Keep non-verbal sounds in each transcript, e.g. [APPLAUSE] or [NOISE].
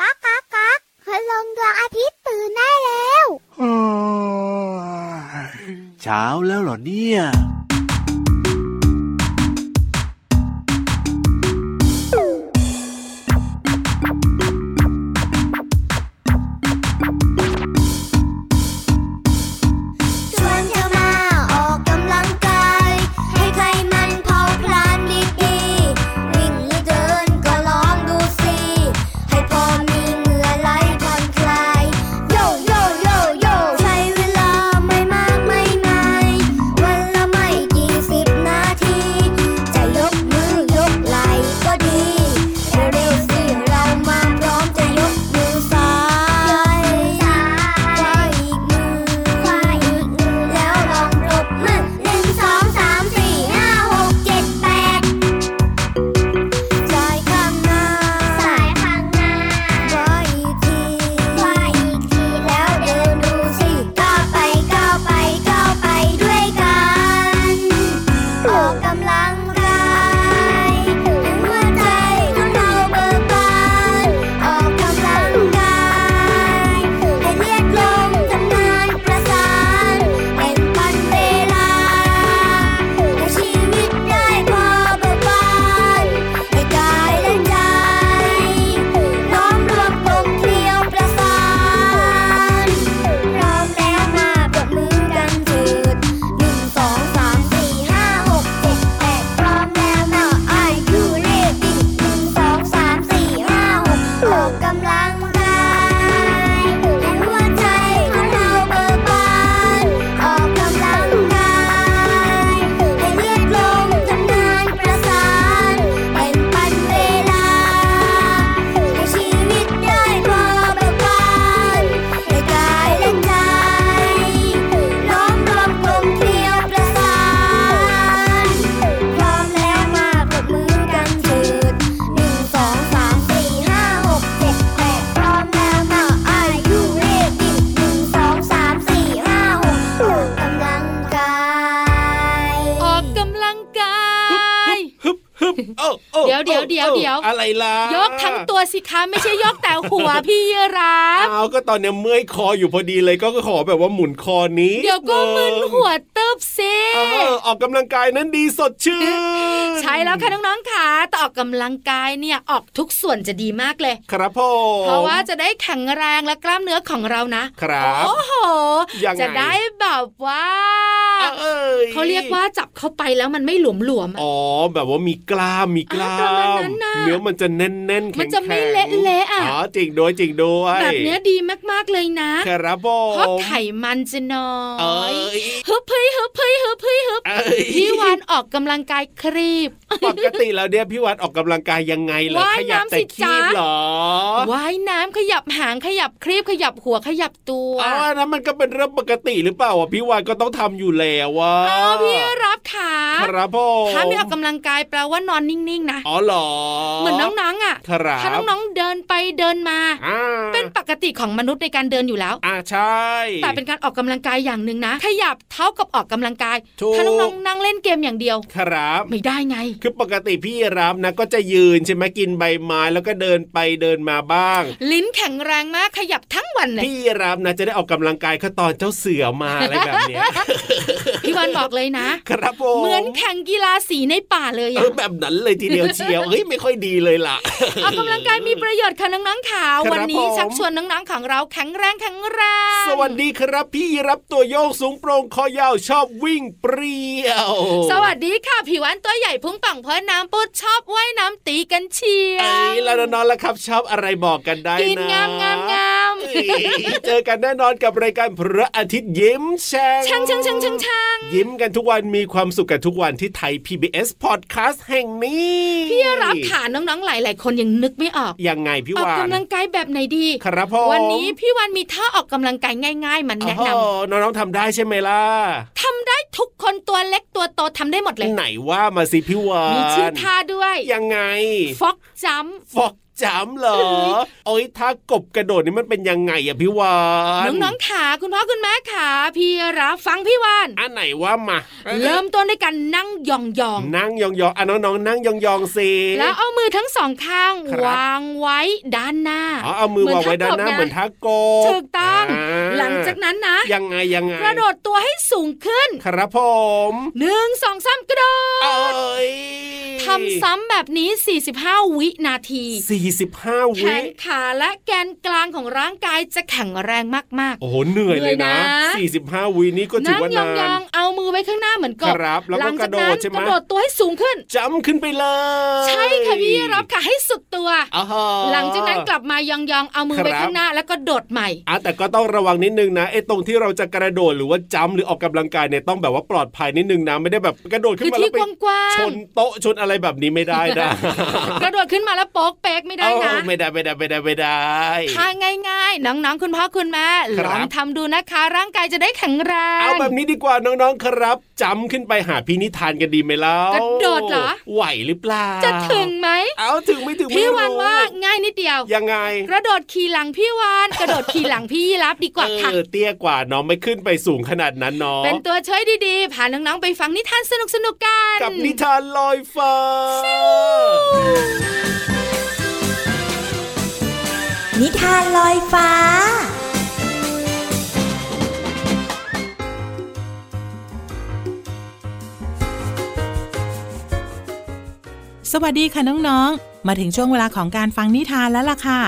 ก๊ากก๊ากก๊ากคืลงดวงอาทิตย์ตื่นได้แล้ว เช้าแล้วเหรอเนี่ย ชวนเธอมาออกกำลังกาย ให้ใจมันเผาพลานดีๆ วิ่งหรือเดินก็ลองดูสิ ให้พอมีเหงื่อไหลผ่อนคลาย โยโยโยโยใช้เวลาไม่มากไม่นานวันละไม่กี่สิบนาที จะยกมือยกไหลก็ดี เร็วๆสิเรามาพร้อมจะยกมือซ้ายยกมือซ้ายขวาอีกมือขวาอีกมือแล้วลองปรบมือหนึ่งสองสามสี่ห้าหกเจ็ดแปด ซ้ายข้างหน้าซ้ายข้างหน้าขวาอีกทีขวาอีกทีแล้วเดินดูสิก้าวไปก้าวไปก้าวไปด้วยกัน ออกกำลังกายหัวใจของเราเบิกบานออกกำลังกายให้เรียกลมทำงานประสานแบ่งปันเวลาให้ชีวิตได้พอเบิกบานให้กายและใจน้อมรวมกลมเกลียวประสาน พร้อมแล้วมาปรบมือกันเถิดหนึ่งสองสามสี่ห้าหกเจ็ดแปดพร้อมแล้ว now are you ready หนึ่งสองสามสี่ห้าหกออกกำลังกายให้หัวใจของเราเบิกบานออกกำลังกายให้เลือดลมทำงานประสานเป็นปันเวลา ให้ชีวิตได้พอเบิกบานให้กายและใจล้อมรวมกลมเกลียวประสาน พร้อมแล้วมาปรบมือกันเถิดหนึ่งสองสามสี่ห้าหกเจ็ดแปดพร้อมแล้ว now are you ready หนึ่งสองสามสี่ห้าหกออกกำลังกาย ออกกำลังกาย ฮึบฮึบโอ้โอ้ เดี๋ยวเดี๋ยวเดี๋ยว โอ้ เดี๋ยว อะไรล่ะ ยกทั้งตัวสิคะไม่ใช่ยกแต่หัวพี่ยีราฟ เอาก็ตอนเนี้ยเมื่อยคออยู่พอดีเลยก็ขอแบบว่าหมุนคอนี้ เดี๋ยวก็มึนหัวเติบเซ เออออกกำลังกายนั้นดีสดชื่น ใช่แล้วค่ะน้องๆค่ะแต่ออกกำลังกายเนี่ยออกทุกส่วนจะดีมากเลย ครับพ่อ เพราะว่าจะได้แข็งแรงและกล้ามเนื้อของเรานะครับ โอ้โห ยังไง จะได้แบบว่า เอ้ย เขาเรียกว่าจับเข้าไปแล้วมันไม่หลวมหลวมๆอะ อ๋อแบบว่ามีกล้ามมีกล้า อ่าประมาณ ม นั้นน่ะ เนื้อมันจะแน่นแน่นๆแข็งๆ มันจะไม่เละๆอ่ะ อ๋อจริงด้วยจริงด้วย แบบเนี้ยดีมากๆเลยนะครับ พ่อ เพราะไขมันจะน้อ เอ้ ย ย ฮึบเฮ้ยฮึบเฮ้ยฮึบเฮ้ยฮึบ เอ้ย พี่วานออกกำลังกายครีบ ปกติแล้วเนี่ยพี่วันออกกำลังกายยังไงเหรอ ว่าย ขยับ น้ำ แต่ สิจ๊ะ คีบเหรอ ว่ายน้ำขยับหางขยับครีบขยับหัวขยับตัว อ๋อนั้นมันก็เป็นเรื่องปกติหรือเปล่าอ่ะพี่วันก็ต้องทำอยู่แล้ววะ เอาพี่รับขา ครับพ่อ ถ้าไม่ออกกำลังกายแปลว่านอนนิ่งๆนะ อ๋อเหรอ เหมือนน้องๆอ่ะ ครับ ถ้าน้องๆเดินไปเดินมา อ่า เป็นปกติของมนุษย์ในการเดินอยู่แล้ว อ่าใช่ แต่เป็นการออกกำลังกายอย่างหนึ่งนะ ขยับเท้ากับออกกำลังกาย ถูก ถ้าน้องๆนั่งเล่นเกมอย่างเดียว ครับ ไม่ได้ไง คือปกติพี่รับนะ ก็จะยืนใช่ไหมกินใบไม้แล้วก็เดินไปเดินมาบ้าง ลิ้นแข็งแรงมากขยับทั้งวันเลย พี่รับนะจะได้ออกกำลังกายก็ตอนเจ้าเสือมาอะไรแบบเนี้ย พี่วันบอกเลยนะ ครับผม เหมือนแข่งกีฬาสีในป่าเลย เอ อะ อแบบนั้นเลยทีเดียวเชียว เอ้ยไม่ค่อยดีเลยล่ะ ออกกำลังกายมีประโยชน์ค่ะน้องๆขา ครับ วันนี้ ผม ชักชวนน้องๆของเราแข็งแรงแข็งแรง สวัสดีครับพี่รับตัวโยกสูงโปร่งคอยาวชอบวิ่งเปรี้ยว สวัสดีค่ะผิววันตัวใหญ่พุงป่องเพราะน้ำปุดชอบว่ายน้ำตีกันเชีย เอ้ยแล้วน้องๆล่ะครับชอบอะไรบอกกันได้นะ กินงามงามงาม เอ้ยเจอกันแน่นอนกับรายการพระอาทิตย์ยิ้มแฉ่ง ช่างช่างช่างช่างช่าง ยิ้มกันทุกวันมีความสุขกันทุกวันที่ไทย PBS Podcast แห่งนี้ พี่รับค่ะน้องๆหลาย ๆ คนยังนึกไม่ออก ยังไงพี่ ออก วาน กำลังกายแบบไหนดี ครับพ่อ วันนี้พี่วันมีท่าออกกำลังกายง่าย ๆ มันแนะนำ โอ้โหน้องๆทำได้ใช่ไหมล่ะ ทำได้ทุกคนตัวเล็กตัวโตทำได้หมดเลย ไหนว่ามาสิพี่วาน มีชื่อท่าด้วย ยังไง ฟอกจัมป์ ฟอก จำเหรอโอ้ยถ้ากบกระโดดนี่มันเป็นยังไงอะพี่วาน น้องๆขาคุณพ่อคุณแม่ขาพี่รับฟังพี่วาน อันไหนว่ามา เริ่มต้นด้วยการนั่งยอง นั่งยองๆอ่ะน้องๆนั่งยองๆสิ ๆ แล้วเอามือทั้งสองข้าง ควรับางไว้ด้านหน้า อ๋อเอามือวางไว้ด้านหน้า เห เห มื มื อ อน น ท่า ท่าก กบ ถูกต้อง อ่า หลังจากนั้นนะ ยังไงยังไง กระโดดตัวให้สูงขึ้น ครับผม หนึ่งสองสามกระโด เอ ด้ ย ทำซ้ำแบบนี้ 45 วินาที สี่สิบห้า แข วิ นขาและแกนกลางของร่างกายจะแข็งแรงมาก โอ้โหเหนื่อยเลยนะ เหนื่อยนะ สี่สิบห้าวินี่ก็ ๆ ถือ นั่ง ว่าย นา อน งๆ เอามือไว้ข้างหน้าเหมือนกบ ครับแล้วก็ หลัจากนั้ กระโด น ดใช่ไหม กระโดดตัวให้สูงขึ้น จำขึ้นไปเลย ใช่ค่ะพี่รับค่ะให้สุดตัว อ๋อ หลังจากนั้นกลับมายองๆ เอามือไว้ ครับ ข้างหน้าแล้วก็โดดใหม่ อ่ะแต่ก็ต้องระวังนิดนึงนะไอ้ตรงที่เราจะกระโดดหรือว่าจำหรือออกกำลังกายเนี่ยต้องแบบว่าปลอดภัยนิดนึงนะไม่ได้แบบกระโดดขึ้ คื น อ มา ที่ แล้วไป กว้าง ชนโต๊ะชนอะไรแบบนี้ไม่ได้นะ ๆ [LAUGHS] กระโดดขึ้นมาแล้วโป๊กเป๊กไม่ได้ เอ นะ อไม่ได้ไม่ได้ไม่ได้ไม่ได้ ถ้าง่ายๆ น้องๆ คุณพ่อคุณแม่ ครั ล บ องทำดูนะคะ ร่างกายจะได้แข็งแร เอา ง แบบนี้ดีกว่าน้องๆครับจำขึ้นไปหาพี่นิทานกันดีไหมแล้ว กระโดดเหรอ ไหวหรือเปล่า จะถึงไหม เอาถึงไม่ถึง พี่ ไม่รู้ วันว่าง่ายนิดเดียว ยังไง กระโดดขี่หลังพี่วาน กระโดดขี่หลังพี่ยีรับดีกว่าค่ะ เออเตี้ยกว่าน้องไม่ขึ้นไปสูงขนาดนั้นน้อง เป็นตัวช่วยดีๆพาน้องๆไปฟังนิทานสนุกๆกัน กับนิทานลอยฟ้า นิทานลอยฟ้า สวัสดีค่ะน้องๆ มาถึงช่วงเวลาของการฟังนิทานแล้วล่ะค่ะ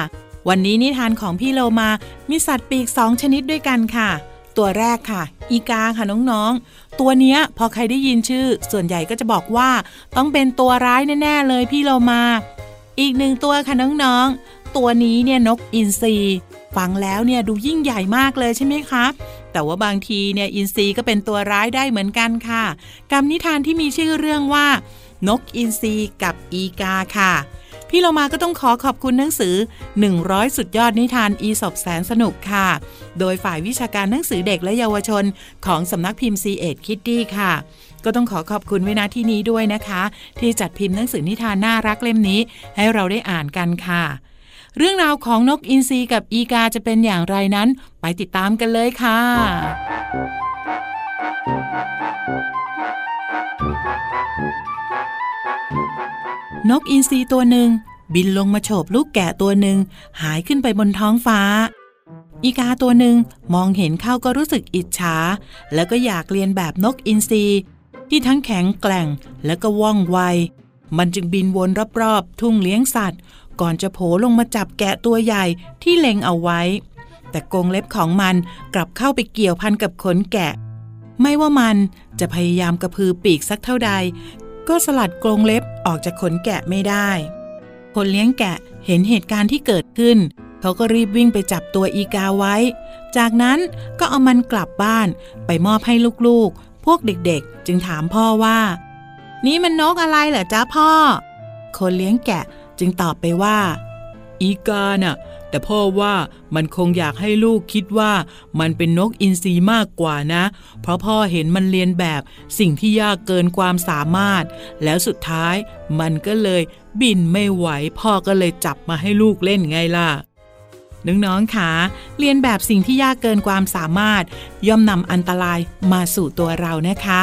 วันนี้นิทานของพี่โลมา มีสัตว์ปีกสองชนิดด้วยกันค่ะ ตัวแรกค่ะ อีกาค่ะน้องๆ ตัวเนี้ยพอใครได้ยินชื่อ ส่วนใหญ่ก็จะบอกว่า ต้องเป็นตัวร้ายแน่ๆเลยพี่โลมา อีกหนึ่งตัวค่ะน้องๆ ตัวนี้เนี่ยนกอินทรีฟังแล้วเนี่ยดูยิ่งใหญ่มากเลยใช่ไหมคะ แต่ว่าบางทีเนี่ยอินทรีก็เป็นตัวร้ายได้เหมือนกันค่ะ กับนิทานที่มีชื่อเรื่องว่า นกอินทรีกับอีกาค่ะ พี่เรามาก็ต้องขอขอบคุณหนังสือ 100 สุดยอดนิทานอีสบแสนสนุกค่ะ โดยฝ่ายวิชาการหนังสือเด็กและเยาวชน ของสำนักพิมพ์ c ีเอ็ดคิตตี้ค่ะ ก็ต้องขอขอบคุณไว้ณที่นี้ด้วยนะคะ ที่จัดพิมพ์หนังสือนิทานน่ารักเล่มนี้ ให้เราได้อ่านกันค่ะ เรื่องราวของนกอินทรีกับอีกาจะเป็นอย่างไรนั้น ไปติดตามกันเลยค่ะ นกอินทรีตัวหนึ่ง บินลงมาโฉบลูกแกะตัวหนึ่ง หายขึ้นไปบนท้องฟ้า อีกาตัวหนึ่งมองเห็นเข้าก็รู้สึกอิจฉาแล้วก็อยากเรียนแบบนกอินทรีที่ทั้งแข็งแกร่งและก็ว่องไว มันจึงบินวนรอบๆ ทุ่งเลี้ยงสัตว์ ก่อนจะโผล่ลงมาจับแกะตัวใหญ่ที่เล็งเอาไว้ แต่กรงเล็บของมันกลับเข้าไปเกี่ยวพันกับขนแกะ ไม่ว่ามันจะพยายามกระพือปีกสักเท่าใด ก็สลัดกรงเล็บออกจากขนแกะไม่ได้ คนเลี้ยงแกะเห็นเหตุการณ์ที่เกิดขึ้น เขาก็รีบวิ่งไปจับตัวอีกาไว้ จากนั้นก็เอามันกลับบ้านไปมอบให้ลูกๆ พวกเด็กๆ จึงถามพ่อว่า นี่มันนกอะไรเหรอจ๊ะพ่อ คนเลี้ยงแกะจึงตอบไปว่า อีกาน่ะ แต่พ่อว่ามันคงอยากให้ลูกคิดว่ามันเป็นนกอินทรีมากกว่านะ เพราะพ่อเห็นมันเรียนแบบสิ่งที่ยากเกินความสามารถ แล้วสุดท้ายมันก็เลยบินไม่ไหว พ่อก็เลยจับมาให้ลูกเล่นไงล่ะ น้องๆคะเรียนแบบสิ่งที่ยากเกินความสามารถ ย่อมนำอันตรายมาสู่ตัวเรานะคะ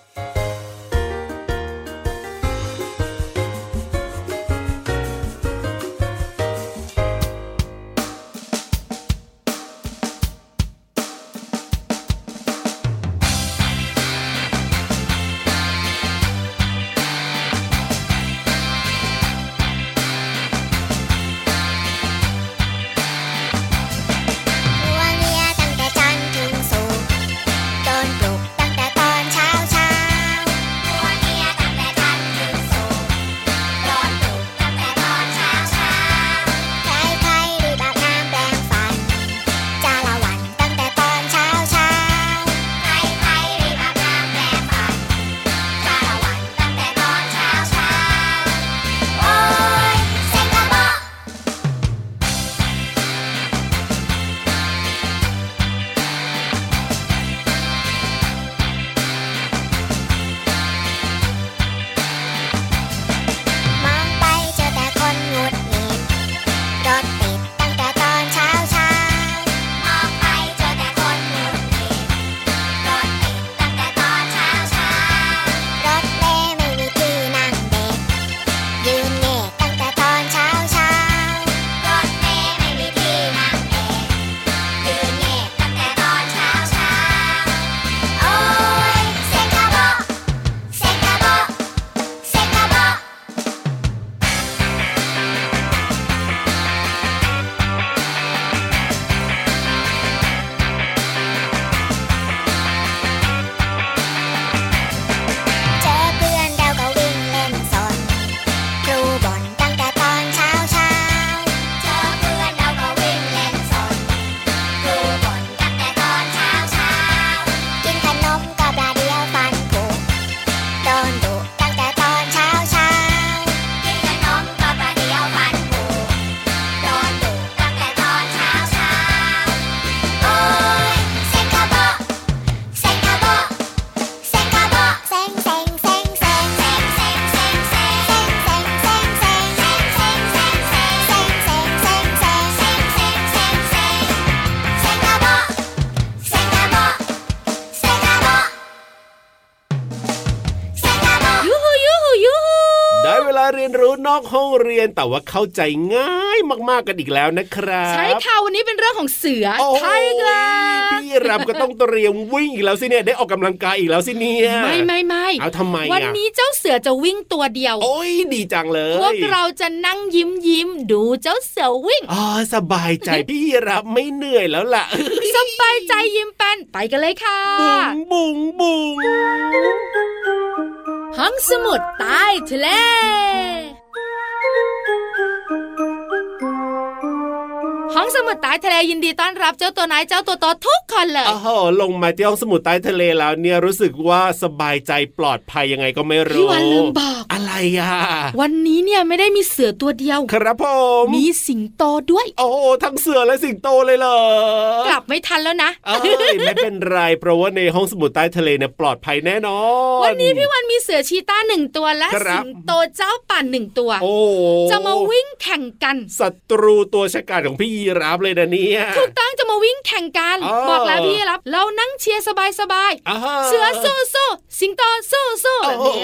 ตัวเมียตั้งแต่จันทร์ถึงศุกร์โดนปลุกตั้งแต่ตอนเช้าเช้า รู้นอกห้องเรียนแต่ว่าเข้าใจง่ายมากๆกันอีกแล้วนะครับ ใช่ค่ะวันนี้เป็นเรื่องของเสือ โอ้ ใช่ค่ะ ยพี่รับก็ต้องเตรียมวิ่งอีกแล้วสิเนี่ยได้ออกกำลังกายอีกแล้วสิเนี่ย ไม่ไม่ไม่ เอาทำไม วัน อ่ะ นี้เจ้าเสือจะวิ่งตัวเดียว โอ้ยดีจังเล พวย กเราจะนั่งยิ้มยิ้มๆดูเจ้าเสือวิ่ง อ๋อสบายใจ [LAUGHS] พี่รับไม่เหนื่อยแล้วล่ะ สบายใจยิ้มแป้นไปกันเลยค่ะ บุงบุงบุง ห้องสมุดใต้ทะเล ห้องสมุดใต้ทะเลยินดีต้อนรับเจ้าตัวน้อยเจ้าตัวโตทุกคนเลย อ้าวลงมาที่ห้องสมุดใต้ทะเลแล้วเนี่ยรู้สึกว่าสบายใจปลอดภัยยังไงก็ไม่รู้ พี่วันลืมบอก อะไรอ่ะ วันนี้เนี่ยไม่ได้มีเสือตัวเดียว ครับผม มีสิงโตด้วย โอ้โหทั้งเสือและสิงโตเลยเหรอก ลับไม่ทันแล้วนะ เอ้ยไม่เป็นไรเพราะว่าในห้องสมุดใต้ทะเลเนี่ยปลอดภัยแน่นอน วันนี้พี่วันมีเสือชีต้าหนึ่งตัวและ ครั สิ บ งโตเจ้าป่านหนึ่งตัว โอ้ จะมาวิ่งแข่งกัน ศัตรูตัวฉกาจของพี่ยีราฟเลยนะเนี่ย ถูกต้องจะมาวิ่งแข่งกัน อ๋อ บอกแล้วพี่รับ เรานั่งเชียร์สบาย อ้าว ๆ เสือสู้สู้ๆสิงโตสู้สู้ๆ โอ้ แบบ โห เนี้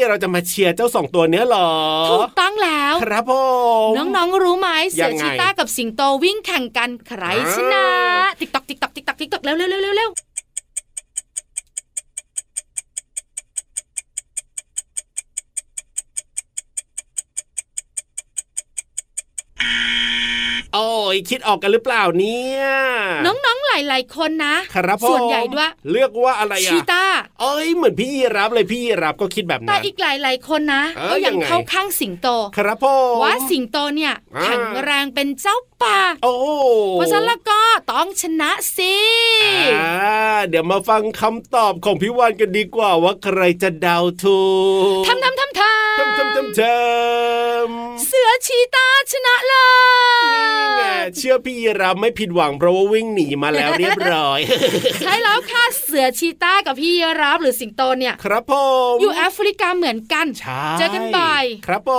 ย เราจะมาเชียร์เจ้าสองตัวเนี้ยเหรอ ถูกต้องแล้ว ครับผม น้องๆรู้ไหมเสื ยั อง ไง ชีต้ากับสิงโตวิ่งแข่งกันใคร อ้าว ชนะ ติ๊กตอกติ๊กตอกติ๊กตอกติ๊กตอกเร็วเร็วเร็วเร็ว โอ้ยคิดออกกันหรือเปล่าเนี่ย น้องๆหลายๆคนนะ ครับผม ส่วนใหญ่ด้วย เลือกว่าอะไร ชี อ่ะ ต้า เอ้ยเหมือนพี่ยีรับเลยพี่ยีรับก็คิดแบบ แต่ นั้น อีกหลายๆคนนะ เอ้ย ก็ยัง ยังไง เข้าข้างสิงโต ครับผม ว่าสิงโตเนี่ย อ่า แข็งแรงเป็นเจ้าป่า โอ้ เพราะฉะนั้นแล้วก็ต้องชนะสิ อ่าเดี๋ยวมาฟังคำตอบของพี่วานกันดีกว่าว่าใครจะเดาวถูก ทำทำทำท ทำทำทำทำ เสือชีตาชนะเล แหม่ ย เชื่อพี่ยีราฟไม่ผิดหวังเพราะว่าวิ่งหนีมาแล้วเรียบร้อย [LAUGHS] ใช่แล้วค่ะเสือชีตากับพี่ยีรับหรือสิงโตเนี่ย ครับผม อยู่แอฟริกาเหมือนกัน ใช่ เจอกันบ่อย ครับผ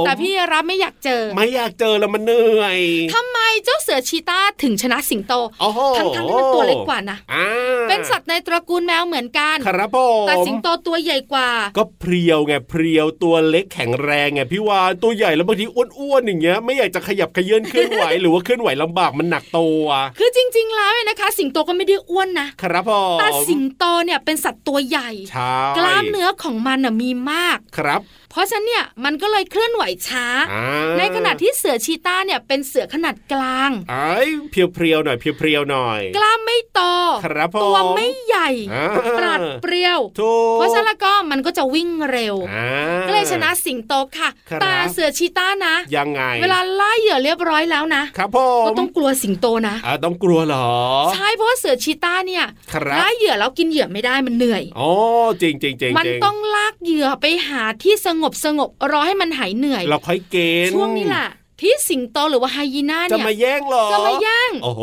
ม แต่พี่ยีรับไม่อยากเจอ ไม่อยากเจอแล้วมันเหนื่อย ทำไมเจ้าเสือชีตาถึงชนะสิงโต โอ้โห ทั้งๆทั้งที่มันตัวเล็กกว่านะ อ่า เป็นสัตว์ในตระกูลแมวเหมือนกัน ครับผม แต่สิงโตตัวใหญ่กว่า ก็เพรียวไงเพรียวตัวเล็กแข็งแรงไงพี่วานตัวใหญ่แล้วบางทีอ้วนๆอย่างเงี้ยไม่อยากจะขยับเขยื้อนเคลื่อนไหว [LAUGHS] หรือว่าเคลื่อนไหวลำบากมันหนักตัว คือจริง ๆ แล้วเนี่ยนะคะ สิงโตก็ไม่ได้อ้วนนะครับ ผม แต่สิงโตเนี่ยเป็นสัตว์ตัวใหญ่ ใช่ กล้ามเนื้อของมันน่ะมีมาก ครับ เพราะฉะนั้นเนี่ยมันก็เลยเคลื่อนไหวช้า อ่า ในขณะที่เสือชีต้าเนี่ยเป็นเสือขนาดกลาง ไอ้ยเพียวๆหน่อยเพียวๆหน่อย กล้ามไม่โต ครับผม ตัวไม่ใหญ่ อ่า ปราดเปรียว ถูก เพราะฉะนั้นแล้วก็มันก็จะวิ่งเร็ว อ่า ก็เลยชนะสิงโตค่ะ ครับ แต่เสือชีต้านะ ยังไง เวลาล่าเหยื่อเรียบร้อยแล้วนะครับ ผม ก็ต้องกลัวสิงโตนะ อ่าต้องกลัวเหรอ ใช่เพราะว่าเสือชีต้าเนี่ย ครับ ล่าเหยื่อแล้วกินเหยื่อไม่ได้มันเหนื่อย อ๋อจริงจริงจริง มันต้องลากเหยื่อไปหาที่สงบสงบๆรอให้มันหายเหนื่อย เราค่อยเกณฑ์ ช่วงนี้ล่ะ ที่สิงโตหรือว่าไฮยีน่า จะ เนี่ย มาแย่งเหรอ จะมาแย่ง โอ้โห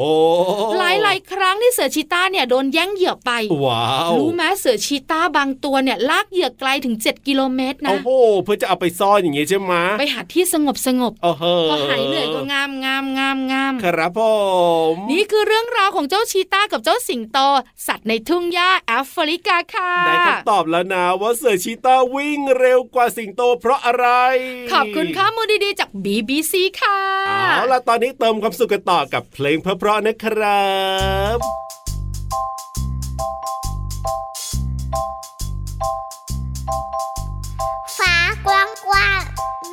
หลายหลายๆครั้งที่เสือชีต้าเนี่ยโดนแย่งเหยื่อไป ว้าว รู้ไหมเสือชีต้าบางตัวเนี่ยลากเหยื่อไกลถึง 7 กิโลเมตรนะ โอ้โหเพื่อจะเอาไปซ่อนอย่างงี้ใช่ไหม ไปหาที่สงบสงบ โอ้โห พอหายเหนื่อยก็งามงามงามงาม ครับผม นี่คือเรื่องราวของเจ้าชีต้ากับเจ้าสิงโต สัตว์ในทุ่งหญ้าแอฟริกาค่ะ ได้คำตอบแล้วนะว่าเสือชีตาวิ่งเร็วกว่าสิงโตเพราะอะไร ขอบคุณข้อมูลดีๆจาก BBC ค่ะ เอาล่ะตอนนี้เติมความสุขกันต่อกับเพลงเพราะๆนะครับ ฟ้ากว้างกว้าง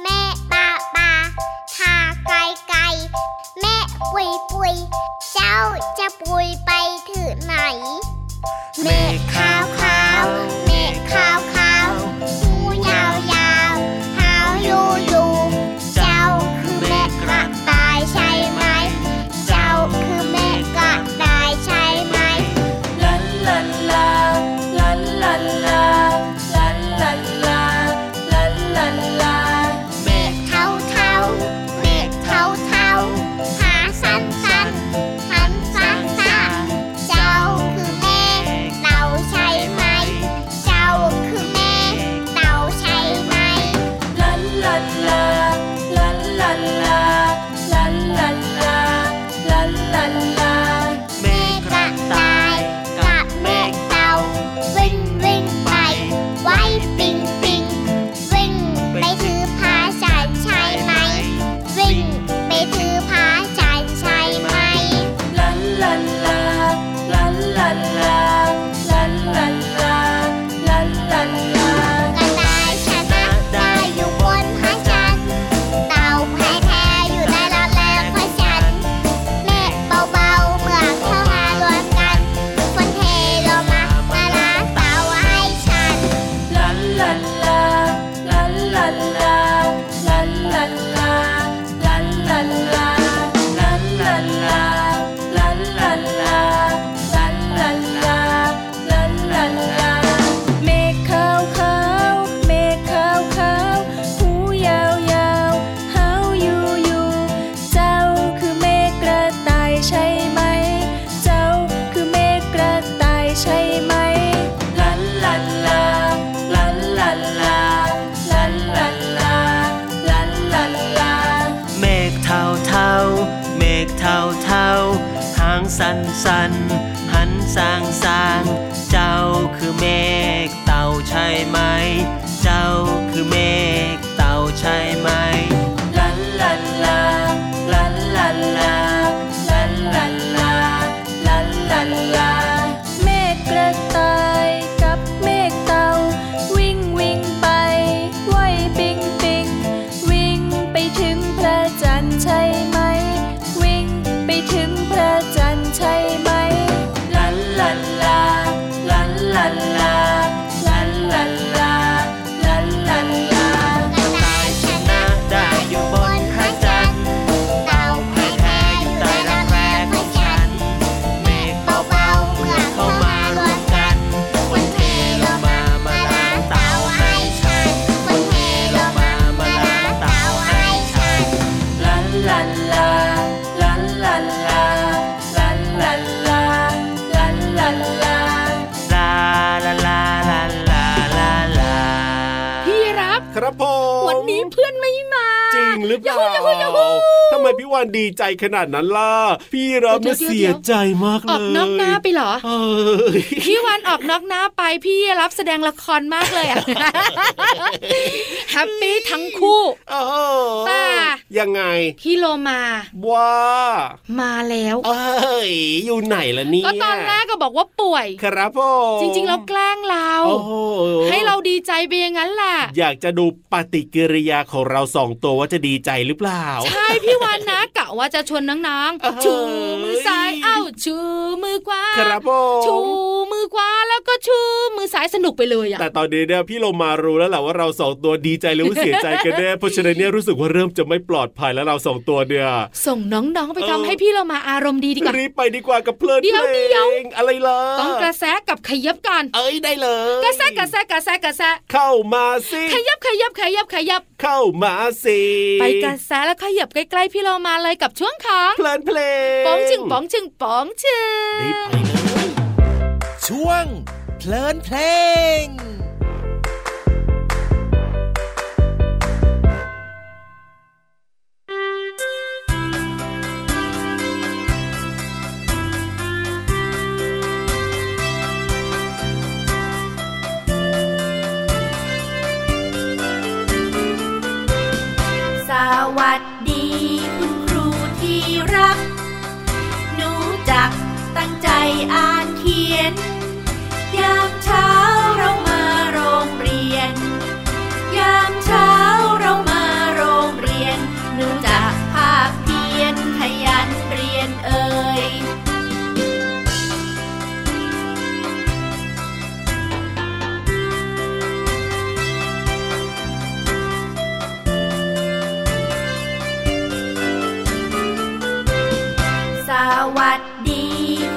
แม่ปลาปลาทาไกลไกลแม่ปุยปุยเจ้าจะปุยไปถึงไหนเมฆขาวขาวเมฆขาวขาวหูยาวยาวหาวยูยูเจ้าคือแม่กระต่ายใช่ไหม เจ้าคือแม่กระต่ายใช่ไหม เมฆเทาเทาเมฆเทาเทาหาสั้นสั้นหันสั้นสั้นเจ้าคือเมฆเราใช่ไหม เจ้าคือเมฆเราใช่ไหม เมฆกระต่ายกับเมฆเต่าวิ่งวิ่งไป ไว้ปิงปิงวิ่งไปถือภาษา สัน หันสางสางเจ้าคือเมฆเต่าใช่ไหม เจ้าคือเมฆเต่าใช่ไหมลันลันลาลันลันลาลันลันลาลันลันลา เมฆกระต่ายกับเมฆเต่า วิ่งวิ่งไปไหวปิงปิงวิ่งไปถึงพระจันทร์ใช่ไหม วิ่งไปถึงพระจันทร์ใช่ไหม ลันลันลา ลันลันลา ลันลันลา ลันลันลา ระต่ายชนะได้อยู่บนพระจันทร์ เต่าแพ้แพ้อยู่ใต้รักแร้ของฉัน เมฆเบาเบาเมื่อเข้ามารวมกันวันเทลงมามาล้างเต่าให้ฉันวันเทลงมามาล้างเต่าให้ฉัน ลันลันลา ลันลันลา ลันลันลา ลันลันลา ลาลาลาลาลาลาลา พี่รับ ครับผม วันนี้เพื่อนไม่มา จริงหรือเปล่า อย่าเพิ่งอย่าเพิ่งอย่าเพิ่ง ทำไมพี่วานดีใจขนาดนั้นล่ะ พี่รับเนี่ยเสียใจมาก อ เล อก ย นอกหน้าไปเหรอ เอย พี่วันออกนอกหน้าไปพี่รับแสดงละครมากเลยอะ แฮปปี้ทั้งคู่ เอ้า ป้า ยังไง พี่โลมา ว้า มาแล้ว เอ้ยอยู่ไหนล่ะเนี่ย ก็ตอนแรกก็บอกว่าป่วย ครับผม จริงๆแล้วแกล้งเรา โอ้โห ให้เราดีใจไปอย่างนั้นแหละ อยากจะดูปฏิกิริยาของเราสองตัวว่าจะดีใจหรือเปล่า ใช่พี่วันนะกะว่าจะชวนน้อง เอ้ย ๆชูมือซ้ายเอ้าชูมือขวา ครับผ ชู ม มือขวาแล้วก็ชูมือซ้ายสนุกไปเลยอะ แต่ตอนนี้เนี่ยพี่โลมารู้แล้วแหละว่าเราสองตัวดีใจหรือว่าเสียใจกันแน่เพ [LAUGHS] ราะฉะนั้นเนี่ยรู้สึกว่าเริ่มจะไม่ปลอดภัยแล้วเราสองตัวเนี่ย ส่งน้องๆไปทำ เออ ให้พี่เรามาอารมณ์ดีดีกว่า รีบไปดีกว่ากับเพลิน เดี๋ยว พล เดี๋ยว งอะไรล่ะ ต้องกระแซะกับขยับก่อน เอ้ยได้เลย กระแซะกระแซะกระแซะกระแซะ เข้ามาสิ ขยับขยับขยับขยับ เข้ามาสิ ไปกระแซะแล้วขยับใกล้ๆพี่เรามาเลยกับช่วงของ เพลินเพลง ป๋องชึงป๋องชึงป๋องชึง รีบไปเลย ช่วงเพลินเพลง สวัสดีคุณครูที่รัก หนูจักตั้งใจอ่านเขียน ยามเช้าเรามาโรงเรียน ยามเช้าเรามาโรงเรียน หนูจักภาคเพียนขยันเรียนเอ่ย สวัสดี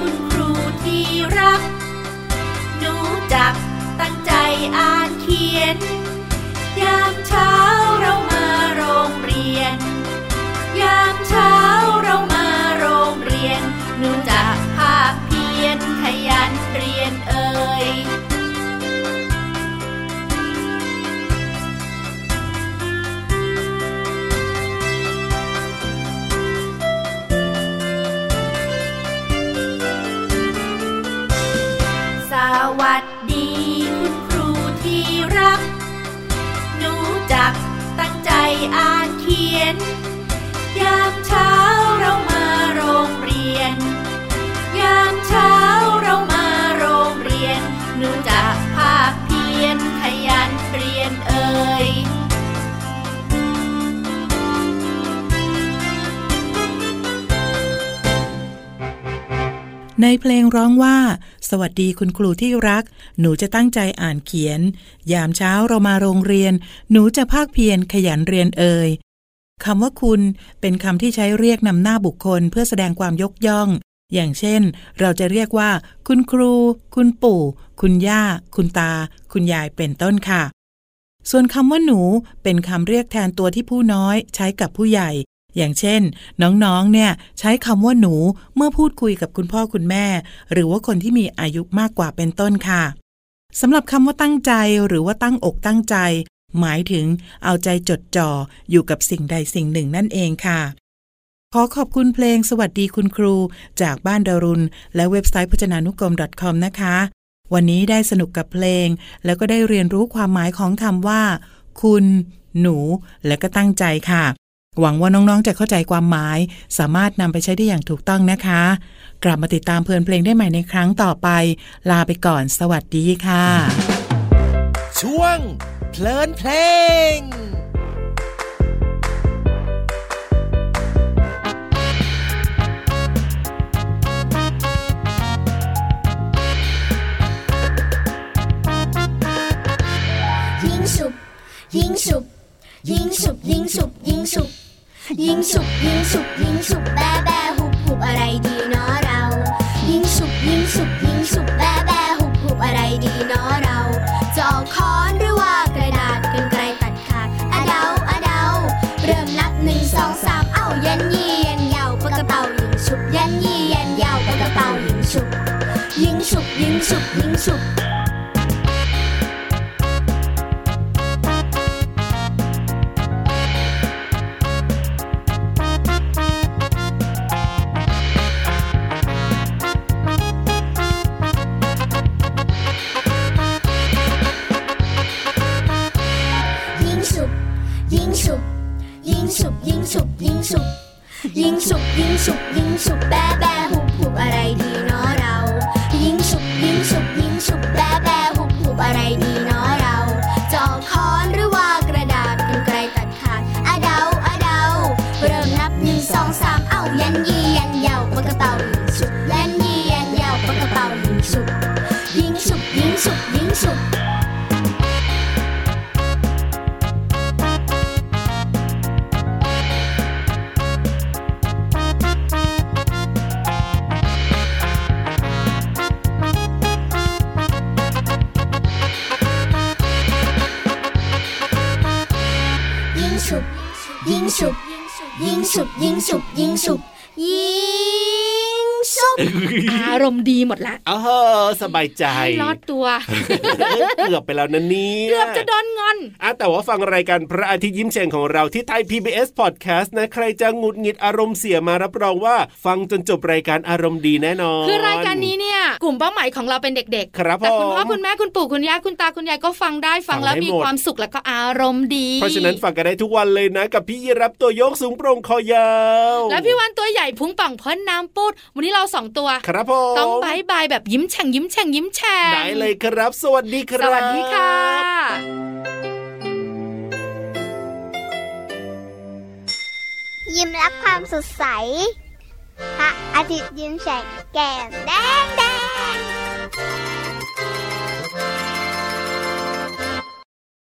คุณครูที่รัก หนูจักตั้งใจอ่านเขียน ยามเช้าเรามาโรงเรียน ยามเช้าเรามาโรงเรียน หนูจักภาคเพียนขยันเรียนเอ่ย สวัสดีคุณครูที่รัก หนูจักตั้งใจอ่านเขียน ยามเช้าเรามาโรงเรียน ยามเช้าเรามาโรงเรียน หนูจักภาคเพียนขยันเรียนเอ่ย ในเพลงร้องว่า สวัสดีคุณครูที่รัก หนูจะตั้งใจอ่านเขียน ยามเช้าเรามาโรงเรียน หนูจะภาคเพียรขยันเรียนเอ่ยคำว่าคุณเป็นคำที่ใช้เรียกนำหน้าบุคคลเพื่อแสดงความยกย่อง อย่างเช่น เราจะเรียกว่า คุณครู คุณปู่ คุณย่า คุณตา คุณยายเป็นต้นค่ะ ส่วนคำว่าหนูเป็นคำเรียกแทนตัวที่ผู้น้อย ใช้กับผู้ใหญ่ อย่างเช่น น้องๆ เนี่ย ใช้คำว่าหนูเมื่อพูดคุยกับคุณพ่อคุณแม่ หรือว่าคนที่มีอายุมากกว่าเป็นต้นค่ะสำหรับคำว่าตั้งใจหรือว่าตั้งอกตั้งใจ หมายถึงเอาใจจดจ่ออยู่กับสิ่งใดสิ่งหนึ่งนั่นเองค่ะ ขอขอบคุณเพลงสวัสดีคุณครู จากบ้านดารุณ และเว็บไซต์พจนานุกรม .com นะคะ วันนี้ได้สนุกกับเพลง แล้วก็ได้เรียนรู้ความหมายของคำว่า คุณ หนู และก็ตั้งใจค่ะ หวังว่าน้องๆจะเข้าใจความหมาย สามารถนำไปใช้ได้อย่างถูกต้องนะคะ กลับมาติดตามเพลินเพลงได้ใหม่ในครั้งต่อไป ลาไปก่อน สวัสดีค่ะ ช่วงเพลินเพลง ยิงฉุบยิงฉุบยิงฉุบยิงฉุบยิงฉุบยิงฉุบยิงฉุบยิงฉุบแบแบหุบหุบอะไรดีเนาะเรา ยิงฉุบยิงฉุบยิงฉุบแบแบหุบหุบอะไรดีเนาะเราจะเอาค้อนหรือว่ากระดาษกันไกลตัดขาดอะเดาอะเดาเริ่มนับหนึ่งสองสามเอ้ายันยี่ยันยาวปากกระเป๋ายิงฉุบยันยี่ยันยาวปากกระเป๋ายิงฉุบยิงฉุบยิงฉุบยิงฉุบ ยิงฉุบยิงฉุบยิงฉุบยิงฉุบยิงฉุบยิงฉุบยิงฉุบยิงฉุบแบแบหุบหุบอะไรดีเนาะเรา ยิงฉุบยิงฉุบยิงฉุบแบแบหุบหุบอะไรดีเนาะเราจอกค้อนหรือว่ากระดาษกันไกลตัดขาดอะเดาอะเดาเริ่มนับหนึ่งสองสามเอ้ายันยี่ยันยาวปากกระเป๋ายิงฉุบยันยี่ยันยาวปากกระเป๋ายิงฉุบยิงฉุบยิงฉุบยิงฉุบ ยิงฉุบยิงฉุบยิงฉุบยิงฉุบยิงฉุบยิงฉุบ อารมณ์ดีหมดละ อ้าวสบายใจ ให้รอดตัว เกือบไปแล้วนะนี่ย เกือบจะโดนงอน อ่ะแต่ว่าฟังรายการพระอาทิตย์ยิ้มเฉ่งของเราที่ไทย PBS Podcast นะ ใครจะหงุดหงิดอารมณ์เสียมารับรองว่า ฟังจนจบรายการอารมณ์ดีแน่นอน คือรายการนี้เนี่ย กลุ่มเป้าหมายของเราเป็นเด็ก ครับ แต่คุณพ่อ ผม คุณแม่คุณปู่คุณย่าคุณตาคุณยายก็ฟังได้ฟัง ฟัง แล้ว ได้ มี หมด ความสุขแล้วก็อารมณ์ดี เพราะฉะนั้นฟังกันได้ทุกวันเลยนะ กับพี่ยีรับตัวโยกสูงโปร่งคอยาว แล้วพี่วันตัวใหญ่พุงป่องพ้นน้ำปูดวันนี้เราสองตัว ครับผม ต้องบายบายแบบยิ้มแฉ่งยิ้มแฉ่งยิ้มแฉ่ง ได้เลยครับ สวัสดีค ส รับ วัสดีค่ะ ยิ้มรับความสดใส พระอาทิตย์ยิ้มแฉกแก้มแดงแดง